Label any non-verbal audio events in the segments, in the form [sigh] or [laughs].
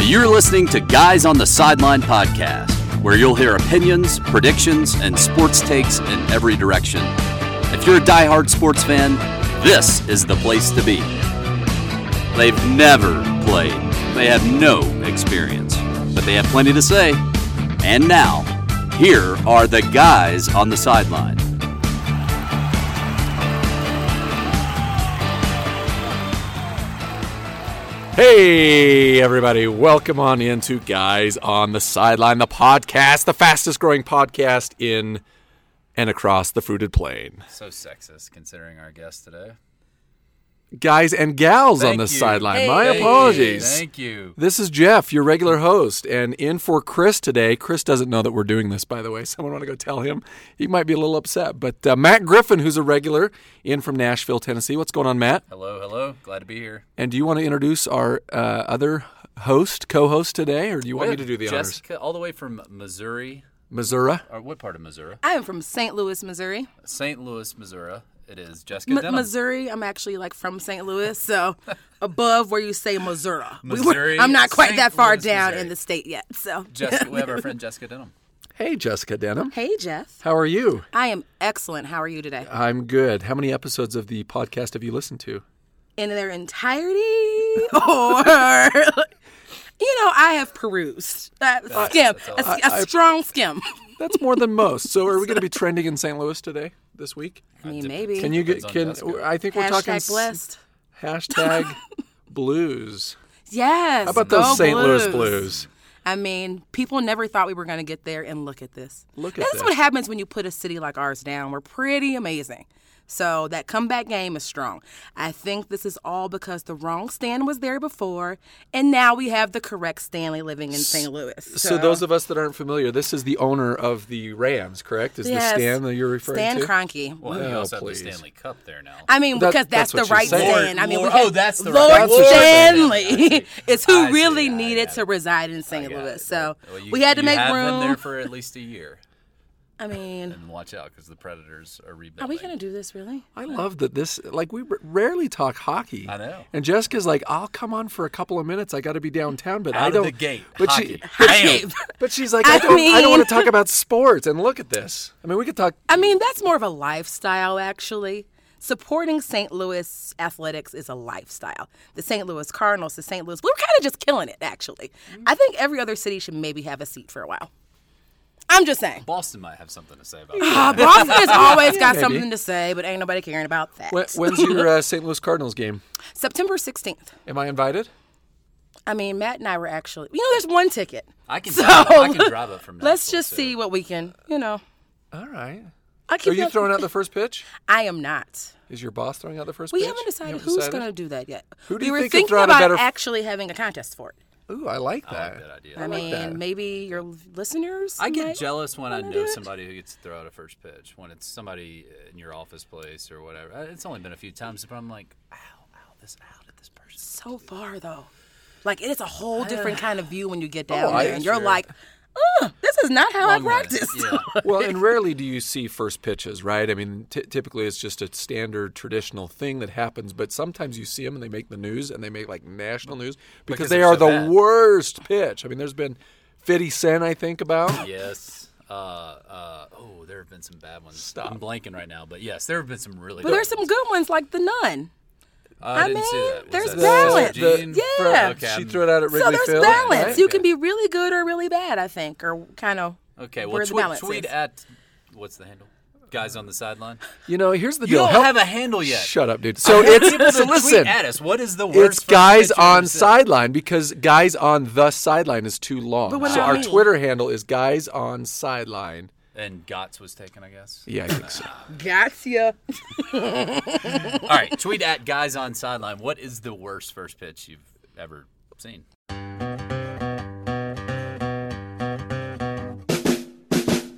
You're listening to Guys on the Sideline podcast, where you'll hear opinions, predictions, and sports takes in every direction. If you're a diehard sports fan, this is the place to be. They've never played, they have no experience, but they have plenty to say. And now, here are the guys on the sideline. Hey, everybody, welcome on into Guys on the Sideline, the podcast, the fastest growing podcast in and across the fruited plain. So sexist, considering our guest today. Guys and gals on Thank the you. sideline, my Thank you, apologies. Thank you. This is Jeff, your regular host, and in for Chris today. Chris doesn't know that we're doing this, by the way. [laughs] Someone want to go tell him? He might be a little upset. But uh, Matt Griffin, who's a regular in from Nashville, Tennessee. What's going on, Matt? Hello, hello. Glad to be here. And do you want to introduce our uh, other host, co-host today, or do you want me to do the honors? Jessica, all the way from Missouri. Missouri. Or what part of Missouri? I'm from St. Louis, Missouri. St. Louis, Missouri. It is Jessica M- Denham. Missouri. I'm actually like from St. Louis, so above where you say Missouri. We were- Missouri, I'm not quite St. that far Louis, down Missouri. in the state yet. So, [laughs] Jessica, we have our friend Jessica Denham. Hey, Jessica Denham. hey Jeff, How are you? I am excellent. How are you today? I'm good. How many episodes of the podcast have you listened to? In their entirety, or [laughs] you know, I have perused a skim, that's a a, a strong skim. That's more than most. So, are we going [laughs] to be trending in St. Louis today, this week? I mean, maybe. Can you get? Can Depends on Jessica. I think we're talking Hashtag s- blessed. [laughs] hashtag blues? Yes. How about those go St. Louis Blues. blues? I mean, people never thought we were going to get there, and look at this. Look at this this. is what happens when you put a city like ours down. We're pretty amazing. So that comeback game is strong. I think this is all because the wrong stand was there before, and now we have the correct Stanley living in St. Louis. So, those of us that aren't familiar, this is the owner of the Rams, correct? Is Yes. the Stan that you're referring Stan to? Kroenke. Well, we Oh, also please. have the Stanley Cup there now. I mean, That- because that's that's, what the right you're saying. Stan. I mean, Lord- we oh, had that's the right- Lord That's what you're saying. I Stanley [laughs] is I who see, really I needed got to it. reside in St. Yeah, Louis. So well, you- we had to you make have room. Been there for at least a year, I mean, and watch out because the Predators are rebuilding. are we gonna do this really? I love that this, like, we r- rarely talk hockey. I know. And Jessica's like, I'll come on for a couple of minutes. I got to be downtown, but I out don't. of the gate? But hockey. she, [laughs] Bam! But she's like, I I, don't, I don't mean- want to talk about sports. And look at this. I mean, we could talk. I mean, that's more of a lifestyle, actually. Supporting St. Louis athletics is a lifestyle. The St. Louis Cardinals, the St. Louis, we we're kind of just killing it, actually. I think every other city should maybe have a seat for a while. I'm just saying. Boston might have something to say [laughs] about Uh, that. [laughs] Boston has always got maybe. something to say, but ain't nobody caring about that. When, when's your uh, St. Louis Cardinals game? September 16th. Am I invited? I mean, Matt and I were actually, you know, there's one ticket. I can, drive, I can let- drive up from. Let's Nashville, just too. see what we can, you know. All right. I Are keep you that- throwing out the first pitch? I am not. Is your boss throwing out the first We pitch? haven't You decided haven't who's decided? going to do that yet. Who do we you were think could thinking throw out a about better f- actually having a contest for it. Ooh, I like that. I like that idea. Oh, I, mean, that. maybe your listeners. I get might- jealous when I wanna know do it? somebody who gets to throw out a first pitch. When it's somebody uh, in your office place or whatever. Uh, It's only been a few times, but I'm like, ow, ow, this ow did this person. so far though. Like it's a whole different kind of view when you get down I- there, and you're sure. like, "Ugh, "This is not how I Long run. practiced." Yeah. Well, and rarely do you see first pitches, right? I mean, t- typically it's just a standard traditional thing that happens, but sometimes you see them and they make the news and they make like national news Because because, they they're are so the bad. worst pitch. I mean, there's been 50 Cent, I think, about. yes. Uh, uh, oh, there have been some bad ones. I'm blanking right now, but yes, there have been some really. But [laughs] there's some good ones like the nun. I, I didn't see mean, that. Was there's that Sister balance. Jean? The- yeah. Okay, She I'm- threw it out at Wrigley So there's Field. balance. right? You can be really good or really bad, I think, or kind of. Okay, where well, the tweet, balance tweet is. at what's the handle? Guys on the sideline. You know, here's the You deal. don't Help- have a handle yet. Shut up, dude. So it's so Tweet listen. at us. What is the worst? It's first guys pitch you've ever on seen? sideline because guys on the sideline is too long. what so about our me? Twitter handle is guys on sideline. And Gotts was taken, I guess. Yeah, I think so. Gotcha. All right, tweet at guys on sideline. What is the worst first pitch you've ever seen? [sighs]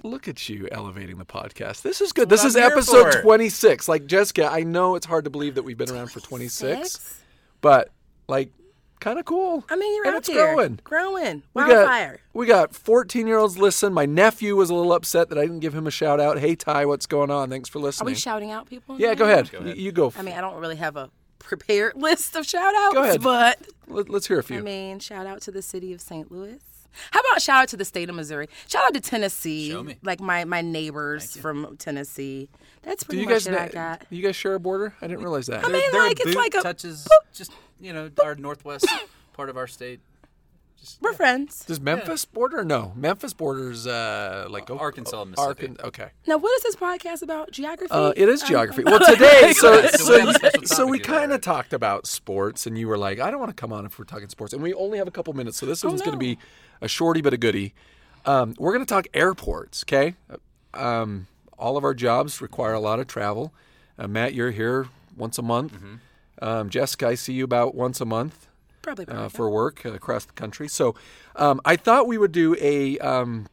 Look at you elevating the podcast. This is good. This I'm is here episode for. 26. Like Jessica, I know it's hard to believe that we've been around for 26, but like kind of cool. I mean, you're and out it's there growing. growing, We got wildfire. we got 14 year olds listen. My nephew was a little upset that I didn't give him a shout out. Hey Ty, what's going on? Thanks for Are listening. we shouting out people? yeah, now? go ahead. ahead. You, you go. I mean, I don't really have a prepared [laughs] list of shout outs, Go ahead. but Let, let's hear a few. I mean, shout out to the city of St. Louis. How about shout out to the state of Missouri? Shout out to Tennessee. Show me. Like my my neighbors from Tennessee. That's do pretty you much guys it I kn- got. do you guys share a border? I didn't realize that. I mean, Their like it's boot like a touches just you know our northwest part of our state, we're friends. Does Memphis border? No, Memphis borders uh, like Oak- Arkansas, Mississippi. Arkan- okay. Now, what is this podcast about? Geography. Uh, it is Um, geography. Well, today, so So so, we have a you- special so we topic today, kind of right? talked about sports, and you were like, "I don't want to come on if we're talking sports," and we only have a couple minutes, so this one's going to be a shorty but a goodie. Um, we're going to talk airports, okay? Um, all of our jobs require a lot of travel. Uh, Matt, you're here once a month. Um, Jessica, I see you about once a month probably. uh, probably. for work uh, across the country. So um, I thought we would do a um,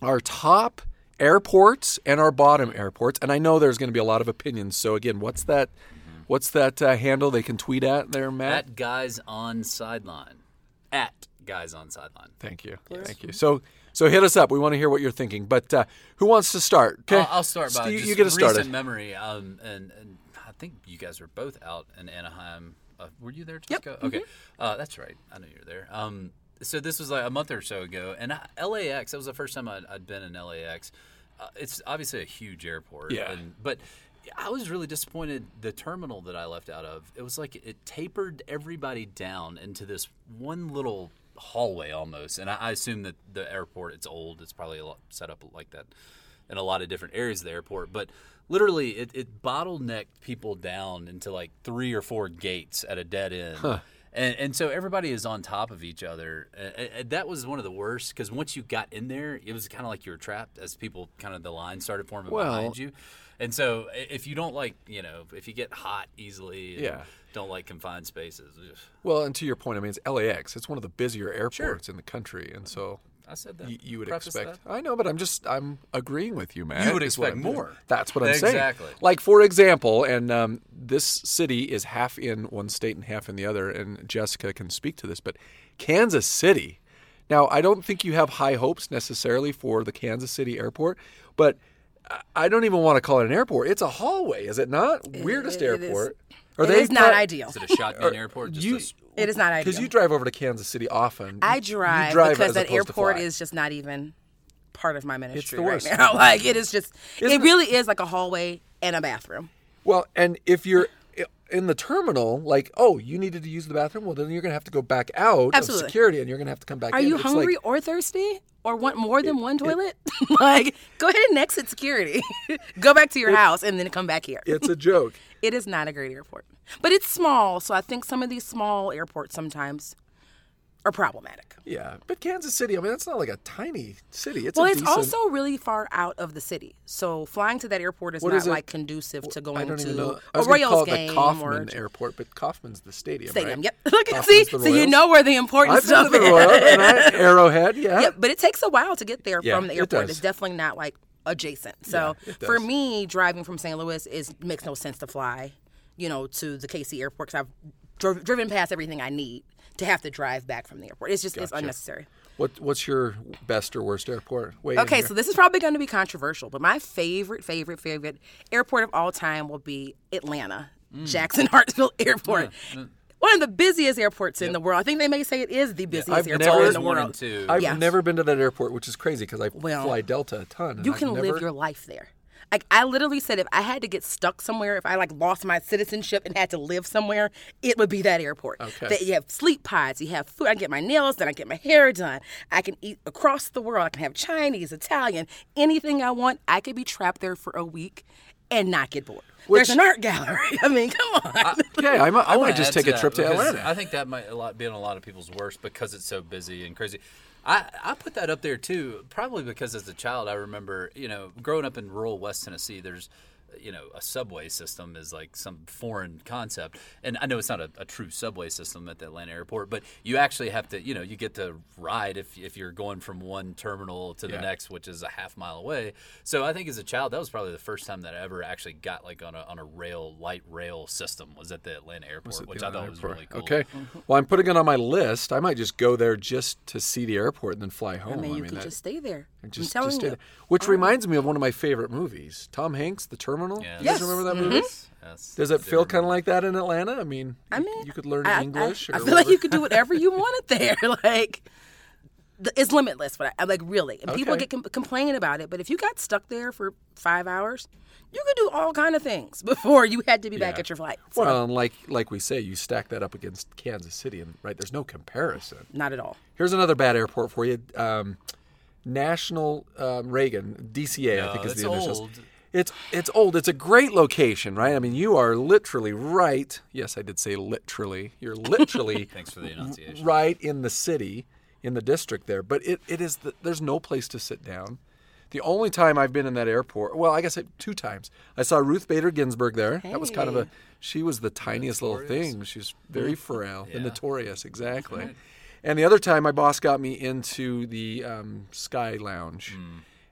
our top airports and our bottom airports, and I know there's going to be a lot of opinions. So again, what's that? What's that uh, handle they can tweet at there, Matt? at guys on sideline, at guys on sideline. Thank you, thank you. So so hit us up. We want to hear what you're thinking. But uh, who wants to start? 'Kay. I'll, I'll start by Stu, just you get us recent started. memory. Um, and, and I think you guys were both out in Anaheim. Uh, were you there, Jessica? Mm-hmm. Okay, uh, that's right. I know you were there. Um, so this was like a month or so ago, and I, LAX. That was the first time I'd, I'd been in LAX. Uh, it's obviously a huge airport. Yeah. and- but. I was really disappointed the terminal that I left out of. It was like it tapered everybody down into this one little hallway almost. And I, I assume that the airport, it's old. It's probably a lot set up like that in a lot of different areas of the airport. But literally, it, it bottlenecked people down into like three or four gates at a dead end. And, and so everybody is on top of each other. Uh, uh, that was one of the worst because once you got in there, it was kind of like you were trapped as people kind of the line started forming Well- behind you. And so i- if you don't like, you know, if you get hot easily, and Yeah. don't like confined spaces. ugh, Well, and to your point, I mean, it's LAX. It's one of the busier airports in the country, and so. I said that. You, you would Preface expect. that. I know, but I'm just I'm agreeing with you, man. You would expect more. That's what I'm saying. Exactly. Like for example, and um, this city is half in one state and half in the other, and Jessica can speak to this, but Kansas City. Now, I don't think you have high hopes necessarily for the Kansas City airport, but I- I don't even want to call it an airport. It's a hallway, is it not? Weirdest it is- airport. it is not pro- ideal. Is it a shotgun airport? Just You, a- It is not because ideal. you drive over to Kansas City often. I You- you drive, because as that opposed to airport fly. is just not even part of my ministry the worst. right now. [laughs] Like it is just, Isn't it really is like a hallway and a bathroom. Well, and if you're i- in the terminal, like, oh, you needed to use the bathroom, well, then you're going to have to go back out Absolutely. of security and you're going to have to come back Are in. you It's like- hungry or thirsty or want more than one toilet? [laughs] like, go ahead and exit security. [laughs] go back to your house and then come back here. it's a joke. it is not a great airport. But it's small, so I think some of these small airports sometimes are problematic. Yeah. But Kansas City, I mean, that's not like a tiny city. It's Well, a it's decent- also really far out of the city, so flying to that airport is What not is it? like conducive to I going don't even to know. I a was gonna Royals call it game the or Kaufman Airport, but Kaufman's the stadium. stadium. right? Yep. [laughs] Look at Kaufman's see, the so you Royals. know where the important I've been to stuff the is. Royal, [laughs] and I, Arrowhead, yeah. yeah, but it takes a while to get there Yeah, from the it airport. does. It's definitely not like adjacent. So Yeah, it for does. me, driving from St. Louis is makes no sense to fly, you know, to the KC airport because I've dri- driven past everything I need to have to drive back from the airport. It's just it's unnecessary. What, what's your best or worst airport? Wait. in Okay, here. so this is probably going to be controversial, but my favorite, favorite, favorite airport of all time will be Atlanta, Mm. Jackson [laughs] Hartsfield Airport. One of the busiest airports in the world. I think they may say it is the busiest I've never- airport in the one and world. two. I've yes. never been to that airport, which is crazy because I Well, fly Delta a ton. and You I've can never- live your life there. Like I literally said, if I had to get stuck somewhere, if I like lost my citizenship and had to live somewhere, it would be that airport. Okay. That you have sleep pods, you have food. I can get my nails done, I can get my hair done. I can eat across the world. I can have Chinese, Italian, anything I want. I could be trapped there for a week and not get bored. There's an art gallery. [laughs] I mean, come on. [laughs] Okay, I might, I wanna might just add take a that trip to because Atlanta. I think that might a lot be on a lot of people's worst because it's so busy and crazy. I, I put that up there too, probably because as a child I remember, you know, growing up in rural West Tennessee, there's you know, a subway system is like some foreign concept. And I know it's not a, a true subway system at the Atlanta airport, but you actually have to, you know, you get to ride if, if you're going from one terminal to the Yeah. next, which is a half mile away. So I think as a child, that was probably the first time that I ever actually got like on a, on a rail, light rail system was at the Atlanta airport at the which I thought Atlanta was airport. really cool. Okay. Mm-hmm. Well, I'm putting it on my list. Oh, I might just go there just to see the airport and then fly home. I mean, you could that- just stay there. And just, telling just stay you. there. Which reminds me of one of my favorite movies, Tom Hanks, The Terminal. Yeah. You guys Yes. Mm-hmm. remember that movie? Yes. Does it feel kind of like that in Atlanta? I mean, I you- mean, you could learn I- I- English. I, or feel like you whatever. could do whatever you wanted there. [laughs] like th- it's limitless. But I, I'm like really, and people Okay. get com- complaining about it. But if you got stuck there for five hours, you could do all kind of things [laughs] before you had to be back Yeah. at your flight. So, Well, and like like we say, you stack that up against Kansas City, and right there's no comparison. not at all. Here's another bad airport for you. Um, National um, Reagan DCA, I think No, is the it's initials. old. It's it's old. It's a great location, right? I mean, you are literally right. Yes, I did say literally. You're [laughs] literally Thanks for the enunciation. right in the city, in the district there. But it, it is the, there's no place to sit down. The only time I've been in that airport, well, I guess I, two times. I saw Ruth Bader Ginsburg there. That was kind of a she was the tiniest little thing. She's very frail, the notorious, exactly. And the other time, my boss got me into the um, Sky Lounge,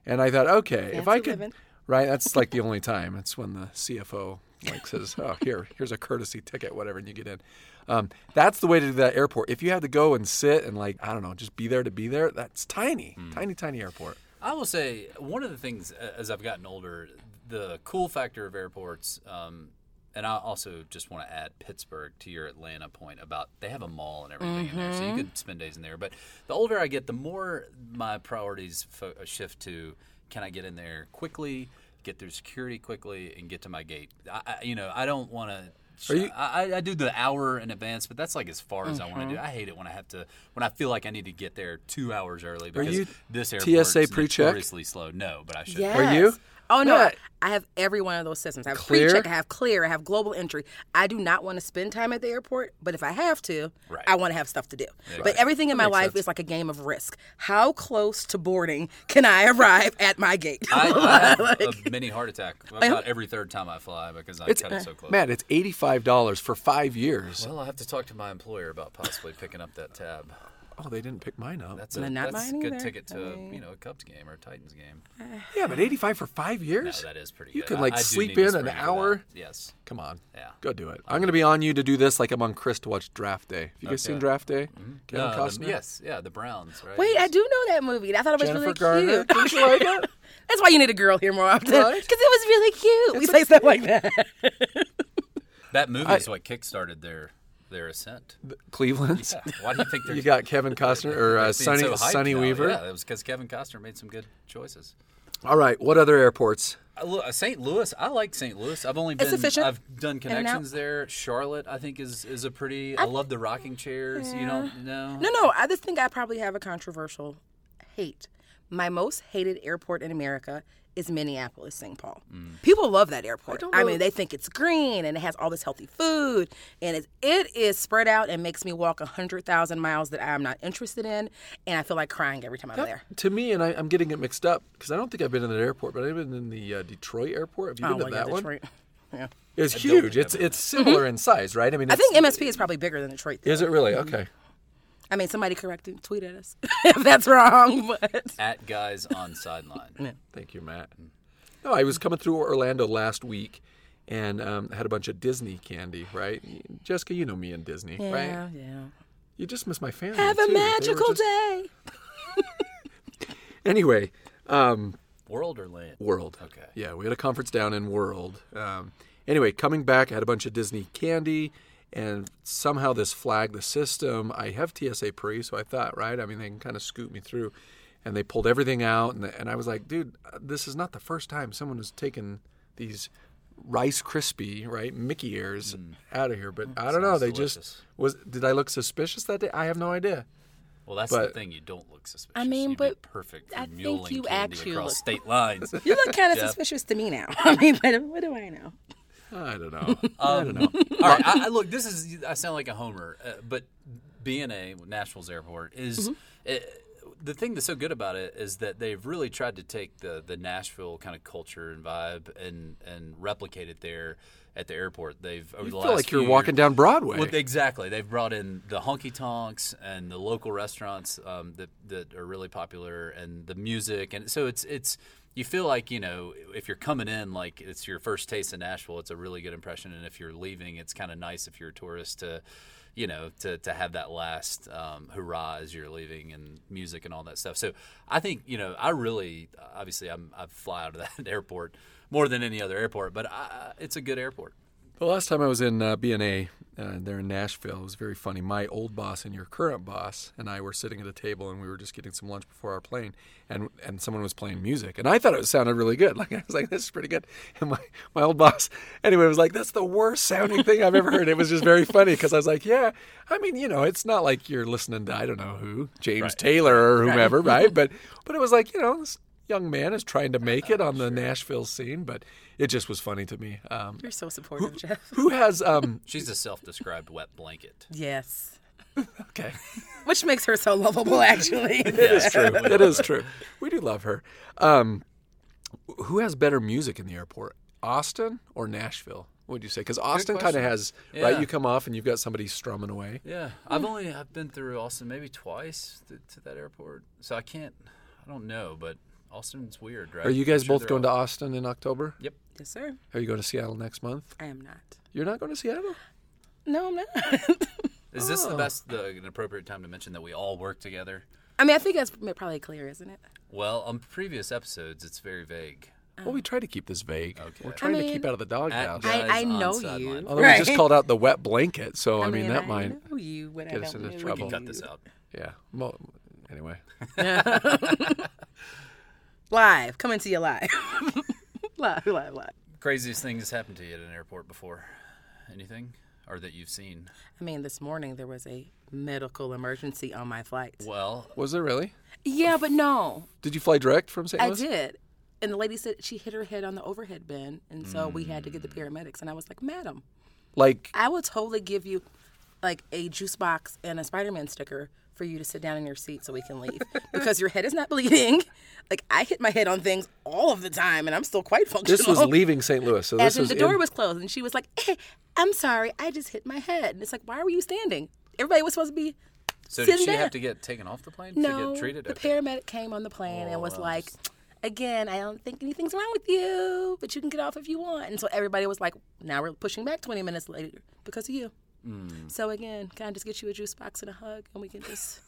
and I thought, okay, if I Fancy could, living. right? That's like the only time. It's when the CFO like says, "Oh, here, here's a courtesy ticket, whatever," and you get in. Um, that's the way to do that airport. If you have to go and sit and like I don't know, just be there to be there. That's tiny, Hmm. tiny, tiny airport. I will say one of the things uh, as I've gotten older, the cool factor of airports, um, and I also just want to add Pittsburgh to your Atlanta point about they have a mall and everything in there, so Mm-hmm. you could spend days in there. But the older I get, the more my priorities fo- uh, shift to can I get in there quickly, get through security quickly, and get to my gate. I, I, you know, I don't want to. Are you- I, I- I do the hour in advance, but that's like as far as I Mm-hmm. want to do. I hate it when I have to when I feel like I need to get there two hours early because you this airport TSA is pre-check? notoriously slow. No, but I should. Yes. Are you? Oh no! What? I have every one of those systems. I have Clear? pre-check. I have clear. I have global entry. I do not want to spend time at the airport, but if I have to, Right. I want to have stuff to do. But everything in my life is like a game of risk. How close to boarding can I [laughs] arrive at my gate? I, [laughs] I have a mini heart attack about every third time I fly because I cut uh, it so close. Matt, it's eighty-five dollars for five years. Well, I have to talk to my employer about possibly picking up that tab. Oh, they didn't pick mine up. That's a, No, not that's a mine good either. ticket I to mean- you know a Cubs game or a Titans game. yeah, but eighty-five for five No, years. that is pretty. You good. could, I- like, I do sleep need to in an spring for that. hour? Yes. Come on. Yeah. Go do it. I'm going to be on you to do this like I'm on Chris to watch Draft Day. Have you guys seen Draft Day? Kevin Uh, the- Costner? yes. Yeah. The Browns. Right. Wait, I Yes. do know that movie. I thought it was Jennifer really Garner. cute. Didn't you like it? [laughs] That's why you need a girl here more often. Because Right? it was really cute. we say stuff like that. That movie is what kickstarted their their ascent. Cleveland's. Why do you think they're [laughs] You got Kevin [laughs] Costner or uh, being Sonny, so hyped Sonny now? Weaver. Yeah, it was because Kevin Costner made some good choices. All right. What other airports? Uh, look, uh, St. Louis, I like St. Louis. I've only been, efficient. I've done and out. connections there. Charlotte, I think is is a pretty. I, love the rocking chairs. You don't know. No, no. I just think I probably have a controversial hate. My most hated airport in America is Minneapolis, St. Paul. Mm. People love that airport. I, mean, they think it's green and it has all this healthy food, and it, it is spread out and makes me walk hundred thousand miles that I am not interested in, and I feel like crying every time I'm there. To me, and I, I'm getting it mixed up because I don't think I've been in that airport, but I've been in the uh, Detroit airport. Have you Oh, been well, to yeah, that one? Detroit. Yeah. It's huge. It's it's similar in size, right? I mean, Mm-hmm. I it's, think Mm-hmm. MSP is probably bigger than Detroit. though. is it really okay? I mean, somebody correct and tweet at us [laughs] if that's wrong. But At guys on sideline. Thank you, Matt. No, I was coming through Orlando last week and um, had a bunch of Disney candy, right? Jessica, you know me and Disney, yeah, right? yeah. You just miss my family. Have too. a They were magical just- day. Anyway, World or land? World. Okay. Yeah, we had a conference down in World. Um, anyway, coming back, I had a bunch of Disney candy, and somehow this flagged the system. I have TSA pre, so I thought, right? I mean, they can kind of scoot me through. And they pulled everything out, and, and I was like, dude, uh, this is not the first time someone has taken these Rice Krispie, right, Mickey ears out of here. But I don't know. Hmm. sounds They just delicious. was. Did I look suspicious that day? I have no idea. Well, that's But- the thing. You don't look suspicious. I mean, You'd be but perfect. For I think muling you candy actually across look- state [laughs] lines. You look kind of Yeah. suspicious to me now. [laughs] I mean, but what do I know? I don't know. [laughs] I don't know. [laughs] All right, I, I, look, this is I sound like a homer, uh, but BNA Nashville's airport is Mm-hmm. eh, the thing that's so good about it is that they've really tried to take the the Nashville kind of culture and vibe and and replicate it there at the airport. They've over You the feel last like you're few walking years- down Broadway. Well, exactly. They've brought in the honky tonks and the local restaurants um, that that are really popular, and the music, and so it's it's you feel like you know if you're coming in like it's your first taste of Nashville, it's a really good impression, and if you're leaving, it's kind of nice if you're a tourist to you know, to, to have that last um, hurrah as you're leaving and music and all that stuff. So I think, you know, I really, obviously, I'm, I fly out of that [laughs] airport more than any other airport, but I, it's a good airport. The last time I was in uh, BNA uh, there in Nashville, it was very funny. My old boss and your current boss and I were sitting at a table, and we were just getting some lunch before our plane, and and someone was playing music, and I thought it sounded really good. [laughs] Like I was like, "This is pretty good." And my, my old boss, anyway, was like, "That's the worst sounding thing I've ever heard." It was just very funny because I was like, "Yeah, I mean, you know, it's not like you're listening to I don't know who James Taylor or whomever, right. But but it was like you know." This, Young man is trying to make it on the Nashville scene, but it just was funny to me. Um, You're so supportive, Jeff. who has [laughs] um She's a self described wet blanket. Yes. okay Which makes her so lovable, actually. That's true. [laughs] that is true we do love her um who has better music in the airport austin or nashville what would you say because austin kind question. of has right Yeah. you come off and you've got somebody strumming away Yeah, I've only I've been through Austin maybe twice to, to that airport, so I can't. I don't know, but Austin's weird, right? are you guys both going to austin in october Yep. [laughs] yes, sir. are you going to seattle next month I am not. you're not going to seattle No, I'm not. Is this Oh. the best, the an appropriate time to mention that we all work together? [laughs] I mean, I think that's probably clear, isn't it? Well, on previous episodes, it's very vague. well we try to keep this vague we're trying to keep Um, mean, out of the doghouse Guys I, I on know sideline. you. although we just called out the wet blanket so i, mean, that might I know you, but I get us don't into know trouble. you. Cut this out. yeah well, anyway Live, coming to you live. [laughs] live, live, live. Craziest thing that's happened to you at an airport before? Anything, or that you've seen? I mean, this morning there was a medical emergency on my flight. Well, was there really Yeah, but no, did you fly direct from st I louis did. And the lady said she hit her head on the overhead bin, and so we had to get the Mm. paramedics. And I was like, "Madam, like I will totally give you like a juice box and a Spider Man sticker for you to sit down in your seat so we can [laughs] leave because your head is not bleeding. Like I hit my head on things all of the time, and I'm still quite functional. this was leaving st louis so [laughs] As this in is the door was closed, and she was like, [laughs] "Eh, "I'm sorry, I just hit my head." And it's like, "Why were you standing? Everybody was supposed to be." so did Sitting she there. have to get taken off the plane to No, get treated? Oh, the Okay. paramedic came on the plane and was like, "Again, I don't think anything's wrong with you, but you can get off if you want." And so everybody was like, "Now we're pushing back 20 minutes later because of you." Mm. So again, can I just get you a juice box and a hug, and we can just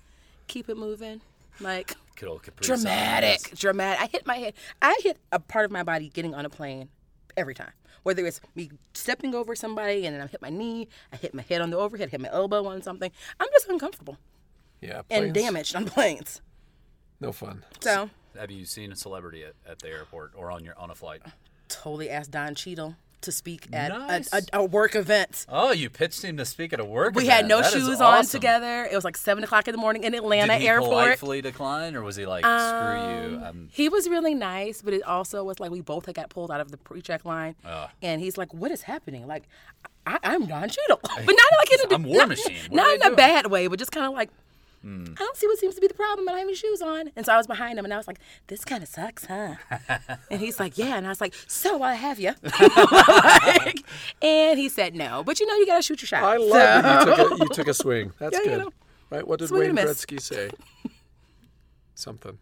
keep it moving, like Good old Capri Sun, dramatic, yes. dramatic. I hit my head. I hit a part of my body getting on a plane every time. Whether it's me stepping over somebody and then I hit my knee, I hit my head on the overhead, hit my elbow on something. I'm just uncomfortable yeah and planes. damaged on planes. no fun So Have you seen a celebrity at, at the airport or on your on a flight? totally asked Don Cheadle to speak at a- Nice. a, a work event. Oh, you pitched him to speak at a work. We event. had no That is shoes on awesome. together. It was like seven o'clock in the morning in Did Atlanta he airport. politely decline, or was he like, "Screw you"? Um, He was really nice, but it also was like we both had got pulled out of the pre-check line, Ah. and he's like, "What is happening?" Like, I, I'm Don Cheadle, [laughs] but not like in a, I'm War not- [laughs] Machine. What not are in they a doing? Hmm. bad way, but just kind of like, I don't see what seems to be the problem. I don't have any shoes on, and so I was behind him, and I was like, "This kind of sucks, [laughs] huh?" and he's like, "Yeah," and I was like, "So I have you," Like, and he said no, but you know you gotta shoot your shot. I So- love that you took a, you took a [laughs] swing. That's Yeah, you good. know. Right? What did Swing Wayne and a miss. Gretzky say? [laughs] Something.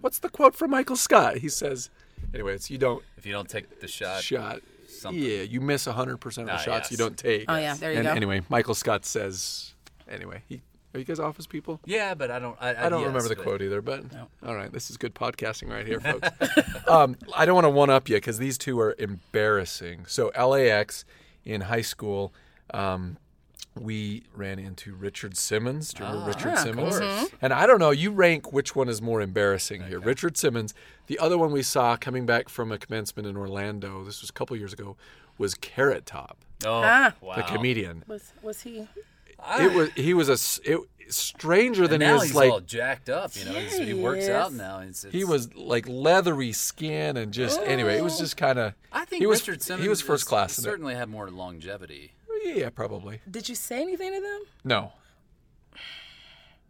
What's the quote from Michael Scott? He says, anyway, it's you don't if you don't take the shot, shot. something. Yeah, you miss 100% of the Ah, shots you yes. don't take. Oh, yeah, there you and go. Anyway, Michael Scott says, anyway, he, are you guys office people? yeah, but I don't. I, I don't yes, remember the but- quote either, but all right, this is good podcasting right [laughs] here, folks. um, I don't want to one up you because these two are embarrassing. So LAX in high school, um, we ran into Richard Simmons. Do you remember Ah, Richard Simmons? Mm-hmm. And I don't know. You rank which one is more embarrassing here, Richard Simmons. The other one we saw coming back from a commencement in Orlando. This was a couple years ago. Was Carrot Top Oh, Ah. wow. the comedian? Was was he? It was. He was a. s- It, stranger than now his he's like all jacked up. You know, he's, he works Yes. out now. It's, He it's- was like leathery skin and just anyway, it was just kind of. I think he was, Richard Simmons. He was first is- class. In Certainly had more longevity. it. Yeah, probably. Did you say anything to them? No.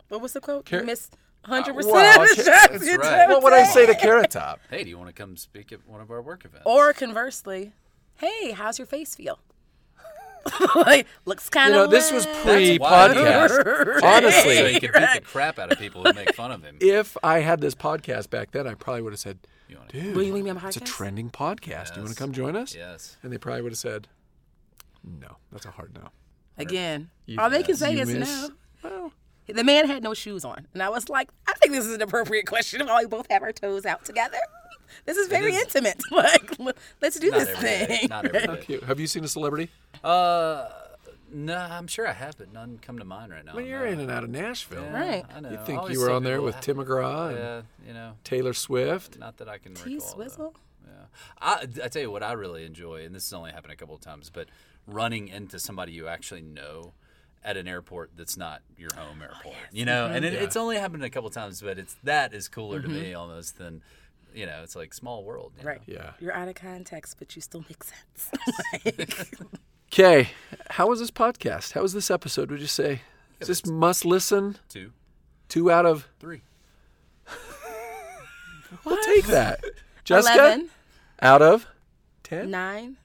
What was the quote? Car- you missed 100% Wow, of the okay, shots [laughs] that's you Uh, right. took. What would I say to Carrot Top? Hey, do you want to come speak at one of our work events? Or conversely, hey, how's your face feel? [laughs] like, looks kind You of. know, this was That's wild. pre-podcast. so he [laughs] Honestly, could beat the crap out of people who make fun of him. if I had this podcast back then, I probably would have said, You wanna- [laughs] "Dude, Will you leave me on my it's a podcast?" trending podcast. Do you want to come join us?" Yes. And they probably would have said, "No, that's a hard no." Again, You- all they can say you is miss- no. The man had no shoes on, and I was like, I think this is an appropriate question while we both have our toes out together. This is very is. intimate. [laughs] Like, l- let's do Not this every day. thing. Not [laughs] every day. Cute. Have you seen a celebrity? Uh, no, I'm sure I have, but none come to mind right now. Well, you're No. in and out of Nashville. Yeah, Right. I know. You'd I think always you were say on there people with have- Tim McGraw and Yeah, you know, Taylor Swift. not that I can recall. T though. Swizzle. Yeah. I, I tell you what I really enjoy, and this has only happened a couple of times, but running into somebody you actually know at an airport that's not your Oh, home airport. You know, and it, it's only happened a couple of times, but it's that is cooler to Mm-hmm. me almost than, you know, it's like small world. you Right. know? Yeah. You're out of context, but you still make [laughs] sense. [laughs] Like, Okay. How was this podcast? How was this episode? Would you say? Is this must listen? Two, Two out of. three. We'll take [laughs] that. Jessica? 11, Out of? 10? 9.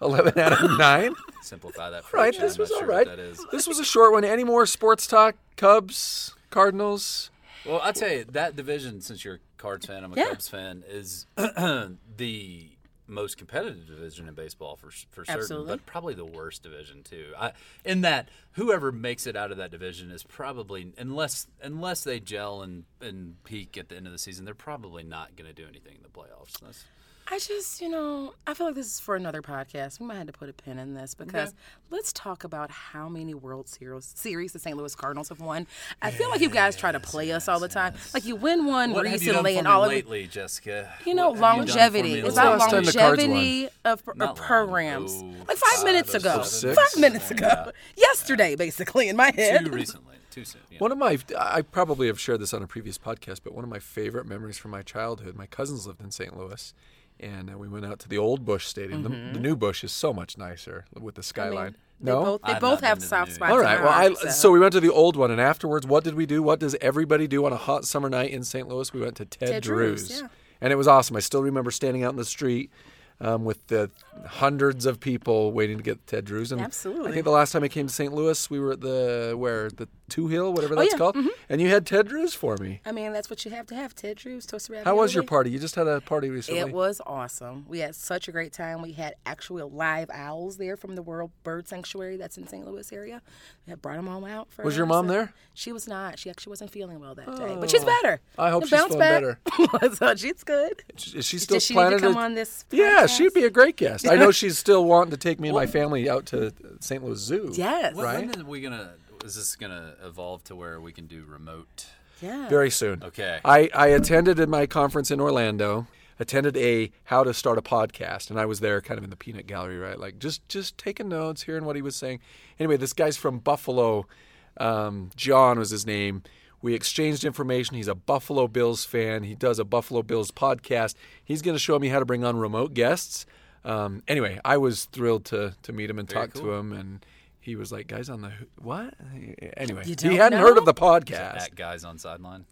11 [laughs] out of 9? Simplify that. For All right. you. This I'm was not all sure right. What that is. This was a short one. Any more sports talk? Cubs? Cardinals? Well, I'll tell you that division, since you're a Cards fan, I'm a Yeah. Cubs fan, is [clears throat] the most competitive division in baseball for for certain, Absolutely. but probably the worst division too. I, in that, whoever makes it out of that division is probably unless unless they gel and and peak at the end of the season, they're probably not going to do anything in the playoffs. That's, I just, you know, I feel like this is for another podcast. We might have to put a pin in this because let's talk about how many World Series series the St. Louis Cardinals have won. I feel like you guys try to play us all the time. Like you win one what have you done recently, for and me all of it. lately, Jessica? You know, What have you done for longevity. me it's lately? about Last time the Cards won. longevity of, pr- Not of long programs. ago. like five Five minutes or ago. six. Five minutes ago. Yesterday, basically, in my Too head. recently, too soon. yeah. One of my, I probably have shared this on a previous podcast, but one of my favorite memories from my childhood, my cousins lived in St. Louis, and uh, we went out to the old Bush Stadium. The, the new Bush is so much nicer with the skyline. no, Mm-hmm. They both, they I've both not have been to soft the spots. all in right. my Well, I, heart, so. we went to the old one, and afterwards, what did we do? What does everybody do on a hot summer night in St. Louis? We went to Ted, Ted Drew's, yeah. and it was awesome. I still remember standing out in the street. Um, with the hundreds of people waiting to get Ted Drew's, and I Absolutely. think the last time I came to St. Louis, we were at the where the Two Hill, whatever that's Oh, yeah, Mm-hmm. called, and you had Ted Drew's for me. I mean, that's what you have to have. Ted Drews, Toaster Rabbit. How was your party? You just had a party recently. It was awesome. We had such a great time. We had actual live owls there from the World Bird Sanctuary that's in St. Louis area. We had brought them all out. For Was an your mom there? Oh. She was not. She actually wasn't feeling well that day, but she's better. I hope She she's bounced feeling [laughs] better. so uh, she's good. Is she still Does she need planning to come on this? Yeah, podcast? she'd be a great guest. I [laughs] know she's still wanting to take me and my family out to St. Louis Zoo. Yes. When- right? When are we gonna? Is this gonna evolve to where we can do remote? Yeah. Very soon. Okay. I, I attended at my conference in Orlando, attended a how to start a podcast, and I was there kind of in the peanut gallery, right? Like just just taking notes, hearing what he was saying. Anyway, this guy's from Buffalo. Um, John was his name. We exchanged information. He's a Buffalo Bills fan. He does a Buffalo Bills podcast. He's going to show me how to bring on remote guests. Um, anyway, I was thrilled to to meet him and talk to him, and he was like, "Guys on the what?" Anyway, he don't hadn't heard know? of the podcast. At guys on sideline.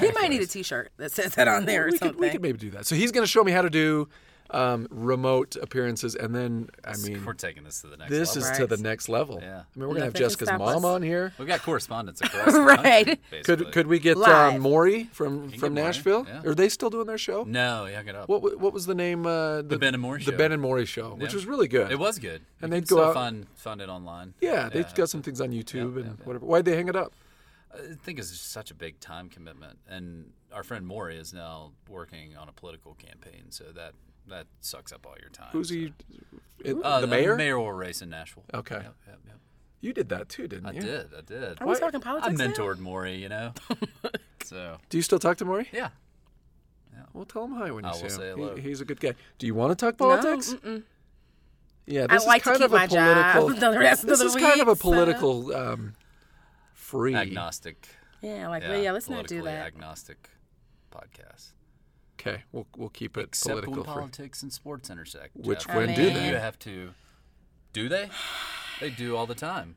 He might need a T-shirt that says that on there or we something. Could, we could maybe do that. So he's going to show me how to do um, remote appearances, and then I mean, We're taking this to the next this level. is to the next level. Yeah. I mean, we're going to have Nothing can Jessica's stop mom us. on here. We've got [laughs] correspondence across the Right. country, basically. Could could we get uh, Live. Maury from get from Maury, Nashville? yeah. Are they still doing their show? No, hung it up. What wa- what was the name? Uh, the, Ben and Maury The Show. Ben and Maury show, which was really good. it was good. You And they'd can go still out- Find, find it online. Yeah, they've got some things on YouTube and whatever. Why'd they hang it up? I think it's just such a big time commitment, and our friend Maury is now working on a political campaign, so that that sucks up all your time. Who's he? it- Uh, the mayor? Oh. mayoral race in Nashville. Okay. Yep, yep, yep. You did that too, didn't I you? did. I did. Are we talking I politics now? mentored Maury, you [laughs] know. so Do you still talk to Maury? yeah, Well, tell him hi when you I see will him. say He- hello. he's a good guy. Do you want to talk politics? Yeah, I this like is kind to keep of a my job political. [laughs] the rest of this the is kind of a week, so- political um, free. agnostic. Yeah, like Yeah, yeah, let's not do politically that. Agnostic podcast. Okay, we'll we'll keep it Except political when free. politics and sports intersect. Which Jeff. when I do mean- they? You have to. Do they? They do all the time.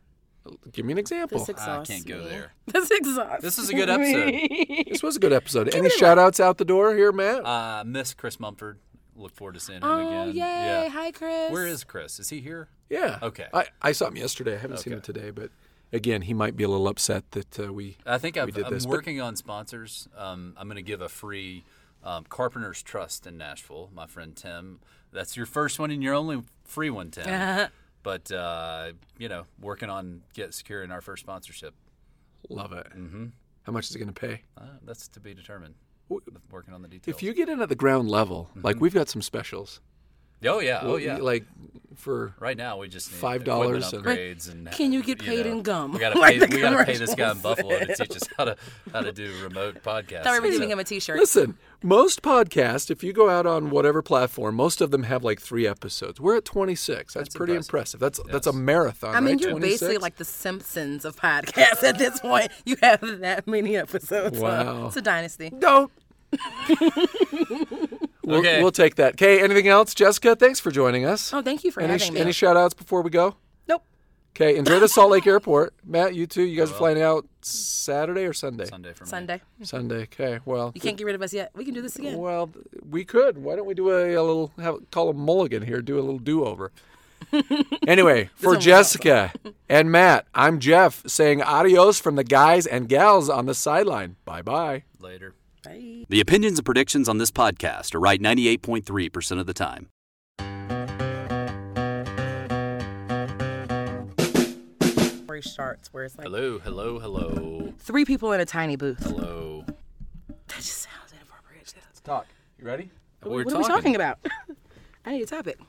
Oh, Give me an example. This exhausts Oh, I can't go me. there. [laughs] This exhausts. This is a good episode. [laughs] this was a good episode. Any shout outs out the door here, Matt? Uh, miss Chris Mumford. Look forward to seeing him Oh again. yay! Yeah. Hi, Chris. Where [laughs] is Chris? Is he here? yeah. okay. I, I saw him yesterday. I haven't seen him today, but again, he might be a little upset that uh, we. I think I've, did I'm this, but- working on sponsors. Um, I'm going to give a free um, Carpenters Uh-huh. Trust in Nashville. My friend Tim. That's your first one and your only free one, Tim. But uh, you know, working on get securing our first sponsorship. Love it. Mm-hmm. How much is it going to pay? Uh, that's to be determined. Working on the details. If you get in at the ground level, like we've got some specials. oh yeah, Mm-hmm. oh yeah. Like for right now, we just need Five equipment dollars and- upgrades and Can you get paid in gum? We gotta pay, [laughs] Like the we gotta pay this guy in commercial Buffalo to teach us how to how to [laughs] do remote podcasts. Thought we were So- giving him a T-shirt. Listen, most podcasts, if you go out on whatever platform, most of them have like three episodes. We're at 26. That's, pretty impressive. That's that's a marathon. I mean, right? you're 26? basically like the Simpsons of podcasts at this point. [laughs] You have that many episodes. Wow. Wow. It's a dynasty. [laughs] don't. we'll, Okay. we'll take that. Okay. Anything else, Jessica? Thanks for joining us. Oh, thank you for any having me. any shout outs before we go? nope. Okay. Enjoy the Salt Lake [laughs] Airport, Matt. You too. You guys are flying out Saturday or Sunday? Sunday for me. Sunday. Sunday. Okay. Well. You can't get rid of us yet. We can do this again. Well, th- we could. Why don't we do a, a little have, call a mulligan here? Do a little do over. anyway, for Jessica and Matt, I'm Jeff saying adios from the guys and gals on the sideline. Bye bye. Later. Bye. The opinions and predictions on this podcast are right 98.3% of the time. Story starts where it's like Hello, hello, hello, three people in a tiny booth. hello. That just sounds inappropriate. Talk. You ready? We're what are we talking about? [laughs] I need a topic.